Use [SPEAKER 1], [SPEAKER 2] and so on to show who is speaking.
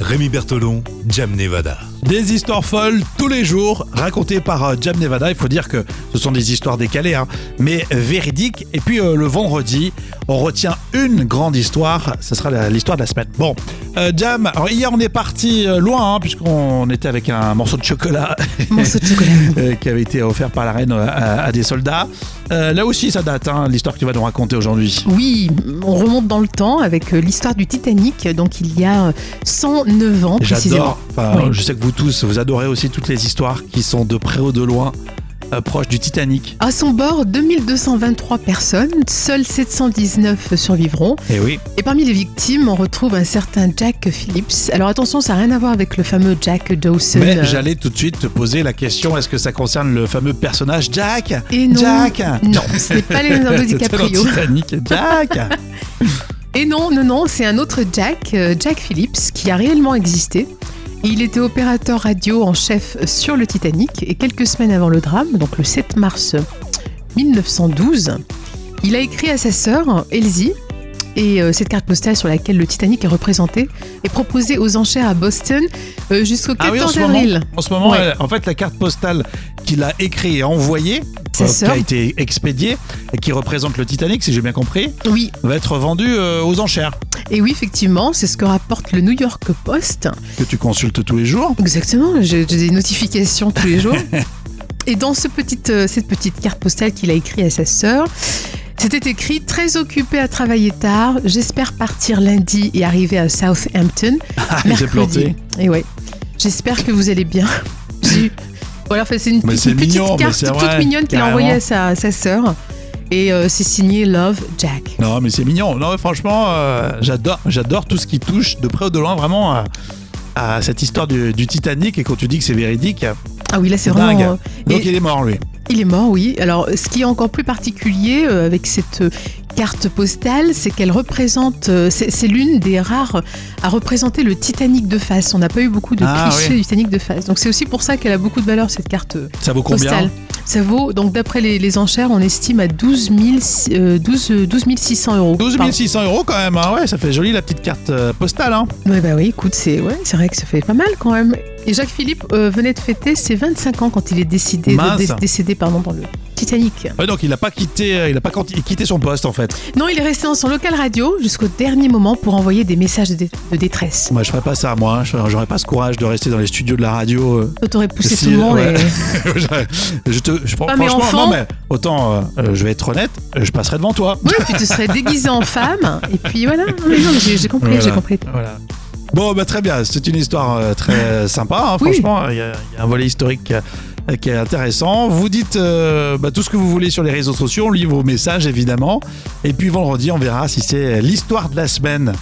[SPEAKER 1] Rémi Bertolon, Jam Nevada.
[SPEAKER 2] Des histoires folles tous les jours racontées par euh, Jam Nevada. Il faut dire que ce sont des histoires décalées, hein, mais véridiques. Et puis euh, le vendredi, on retient une grande histoire. Ce sera la- l'histoire de la semaine. Bon, euh, Jam, alors hier on est parti euh, loin, hein, puisqu'on était avec un morceau de chocolat.
[SPEAKER 3] Morceau de chocolat.
[SPEAKER 2] euh, qui avait été offert par la reine euh, à, à des soldats. Euh, là aussi, ça date, hein, l'histoire que tu vas nous raconter aujourd'hui.
[SPEAKER 3] Oui, on remonte dans le temps avec euh, l'histoire du Titanic, donc il y a euh, 109 ans précisément.
[SPEAKER 2] J'adore. Enfin,
[SPEAKER 3] Oui.
[SPEAKER 2] Je sais que vous tous, vous adorez aussi toutes les histoires qui sont de près ou de loin euh, proches du Titanic.
[SPEAKER 3] À son bord, 2223 personnes, seules 719 survivront.
[SPEAKER 2] Et oui.
[SPEAKER 3] Et parmi les victimes, on retrouve un certain Jack Phillips. Alors attention, ça n'a rien à voir avec le fameux Jack Dawson.
[SPEAKER 2] Mais
[SPEAKER 3] euh,
[SPEAKER 2] j'allais tout de suite te poser la question est-ce que ça concerne le fameux personnage Jack
[SPEAKER 3] et non,
[SPEAKER 2] Jack
[SPEAKER 3] non, ce n'est pas Leonardo
[SPEAKER 2] C'était dans
[SPEAKER 3] DiCaprio.
[SPEAKER 2] Titanic, Jack
[SPEAKER 3] Et non, non, non, c'est un autre Jack, euh, Jack Phillips, qui a réellement existé. Et Il était opérateur radio en chef sur le Titanic et quelques semaines avant le drame, donc le 7 mars 1912, il a écrit à sa sœur Elsie et euh, cette carte postale sur laquelle le Titanic est représenté est proposée aux enchères à Boston euh, jusqu'au
[SPEAKER 2] Ah
[SPEAKER 3] 14
[SPEAKER 2] oui, en ce moment,
[SPEAKER 3] avril.
[SPEAKER 2] En ce moment,
[SPEAKER 3] Ouais.
[SPEAKER 2] elle- en fait, la carte postale qu'il a écrite et envoyée, euh,
[SPEAKER 3] Sa
[SPEAKER 2] qui
[SPEAKER 3] sœur.
[SPEAKER 2] a été expédiée, et qui représente le Titanic, si j'ai bien compris,
[SPEAKER 3] Oui,
[SPEAKER 2] va être vendue euh, aux enchères.
[SPEAKER 3] et oui, effectivement, c'est ce que rapporte le New York Post.
[SPEAKER 2] Que tu consultes tous les jours.
[SPEAKER 3] Exactement, j'ai j'ai des notifications tous les jours. Et dans ce petite, euh, cette petite carte postale qu'il a écrite à sa sœur, c'était écrit Très occupé à travailler tard, j'espère partir lundi et arriver à Southampton.
[SPEAKER 2] Ah, il s'est
[SPEAKER 3] mercredi.
[SPEAKER 2] planté.
[SPEAKER 3] Et ouais, j'espère que vous une bien. J'ai- voilà, enfin, c'est une,
[SPEAKER 2] Mais
[SPEAKER 3] petite-
[SPEAKER 2] c'est
[SPEAKER 3] une petite
[SPEAKER 2] mignon, mais
[SPEAKER 3] carte
[SPEAKER 2] c'est
[SPEAKER 3] toute
[SPEAKER 2] vrai,
[SPEAKER 3] mignonne qu'il a
[SPEAKER 2] carrément.
[SPEAKER 3] envoyée à sa, sa sœur. Et euh, c'est signé Love Jack.
[SPEAKER 2] Non, mais c'est mignon. Non, mais franchement, euh, j'adore, j'adore tout ce qui touche de près ou de loin vraiment à, à cette histoire du, du Titanic. Et quand tu dis que c'est véridique,
[SPEAKER 3] Ah oui, là c'est
[SPEAKER 2] C'est dingue.
[SPEAKER 3] vraiment. euh,
[SPEAKER 2] donc
[SPEAKER 3] et-
[SPEAKER 2] il est mort lui.
[SPEAKER 3] Il est mort, oui. Alors, ce qui est encore plus particulier euh, avec cette euh, carte postale, c'est qu'elle représente. euh, c'est c'est l'une des rares à représenter le Titanic de face. On n'a pas eu beaucoup de
[SPEAKER 2] Ah,
[SPEAKER 3] clichés
[SPEAKER 2] oui.
[SPEAKER 3] du Titanic de face. Donc, c'est aussi pour ça qu'elle a beaucoup de valeur, cette carte euh,
[SPEAKER 2] Ça vaut combien
[SPEAKER 3] postale. Ça vaut, donc, d'après les, les enchères, on estime à 12, 000, euh, 12, euh, 12 600 euros.
[SPEAKER 2] 12
[SPEAKER 3] Pardon.
[SPEAKER 2] 600 euros quand même. hein. Ouais, ça fait joli la petite carte euh, postale. Hein.
[SPEAKER 3] Ouais, bah oui, écoute, c'est ouais, c'est vrai que ça fait pas mal quand même. Et Jacques Philippe euh, venait de fêter ses 25 ans quand il est décédé, de-
[SPEAKER 2] Mince.
[SPEAKER 3] dé- décédé pardon, dans le Titanic.
[SPEAKER 2] Ouais, donc il n'a pas quitté, euh, il n'a pas quanti- quitté son poste en fait.
[SPEAKER 3] Non, il est resté dans son local radio jusqu'au dernier moment pour envoyer des messages de, dé- de détresse.
[SPEAKER 2] Moi, je ferais pas ça. Moi, hein. Je- j'aurais pas ce courage de rester dans les studios de la radio. euh.
[SPEAKER 3] Toi, T'aurais poussé
[SPEAKER 2] Si,
[SPEAKER 3] tout le monde
[SPEAKER 2] ouais.
[SPEAKER 3] et-
[SPEAKER 2] J'aurais- je te, je,
[SPEAKER 3] Ah, mais
[SPEAKER 2] franchement,
[SPEAKER 3] enfant
[SPEAKER 2] non mais autant, euh, euh, je vais être honnête, euh, je passerai devant toi.
[SPEAKER 3] Oui, tu te serais déguisé en femme. Et puis voilà. Non, mais non, mais j'ai j'ai compris, j'ai
[SPEAKER 2] Voilà.
[SPEAKER 3] compris.
[SPEAKER 2] Voilà. Bon, bah, très bien. C'est une histoire euh, très sympa. hein.
[SPEAKER 3] Oui.
[SPEAKER 2] Franchement, il y, a- il y a un volet historique euh, qui est intéressant. Vous dites euh, bah, tout ce que vous voulez sur les réseaux sociaux. On lit vos messages, évidemment. Et puis vendredi, on verra si c'est l'histoire de la semaine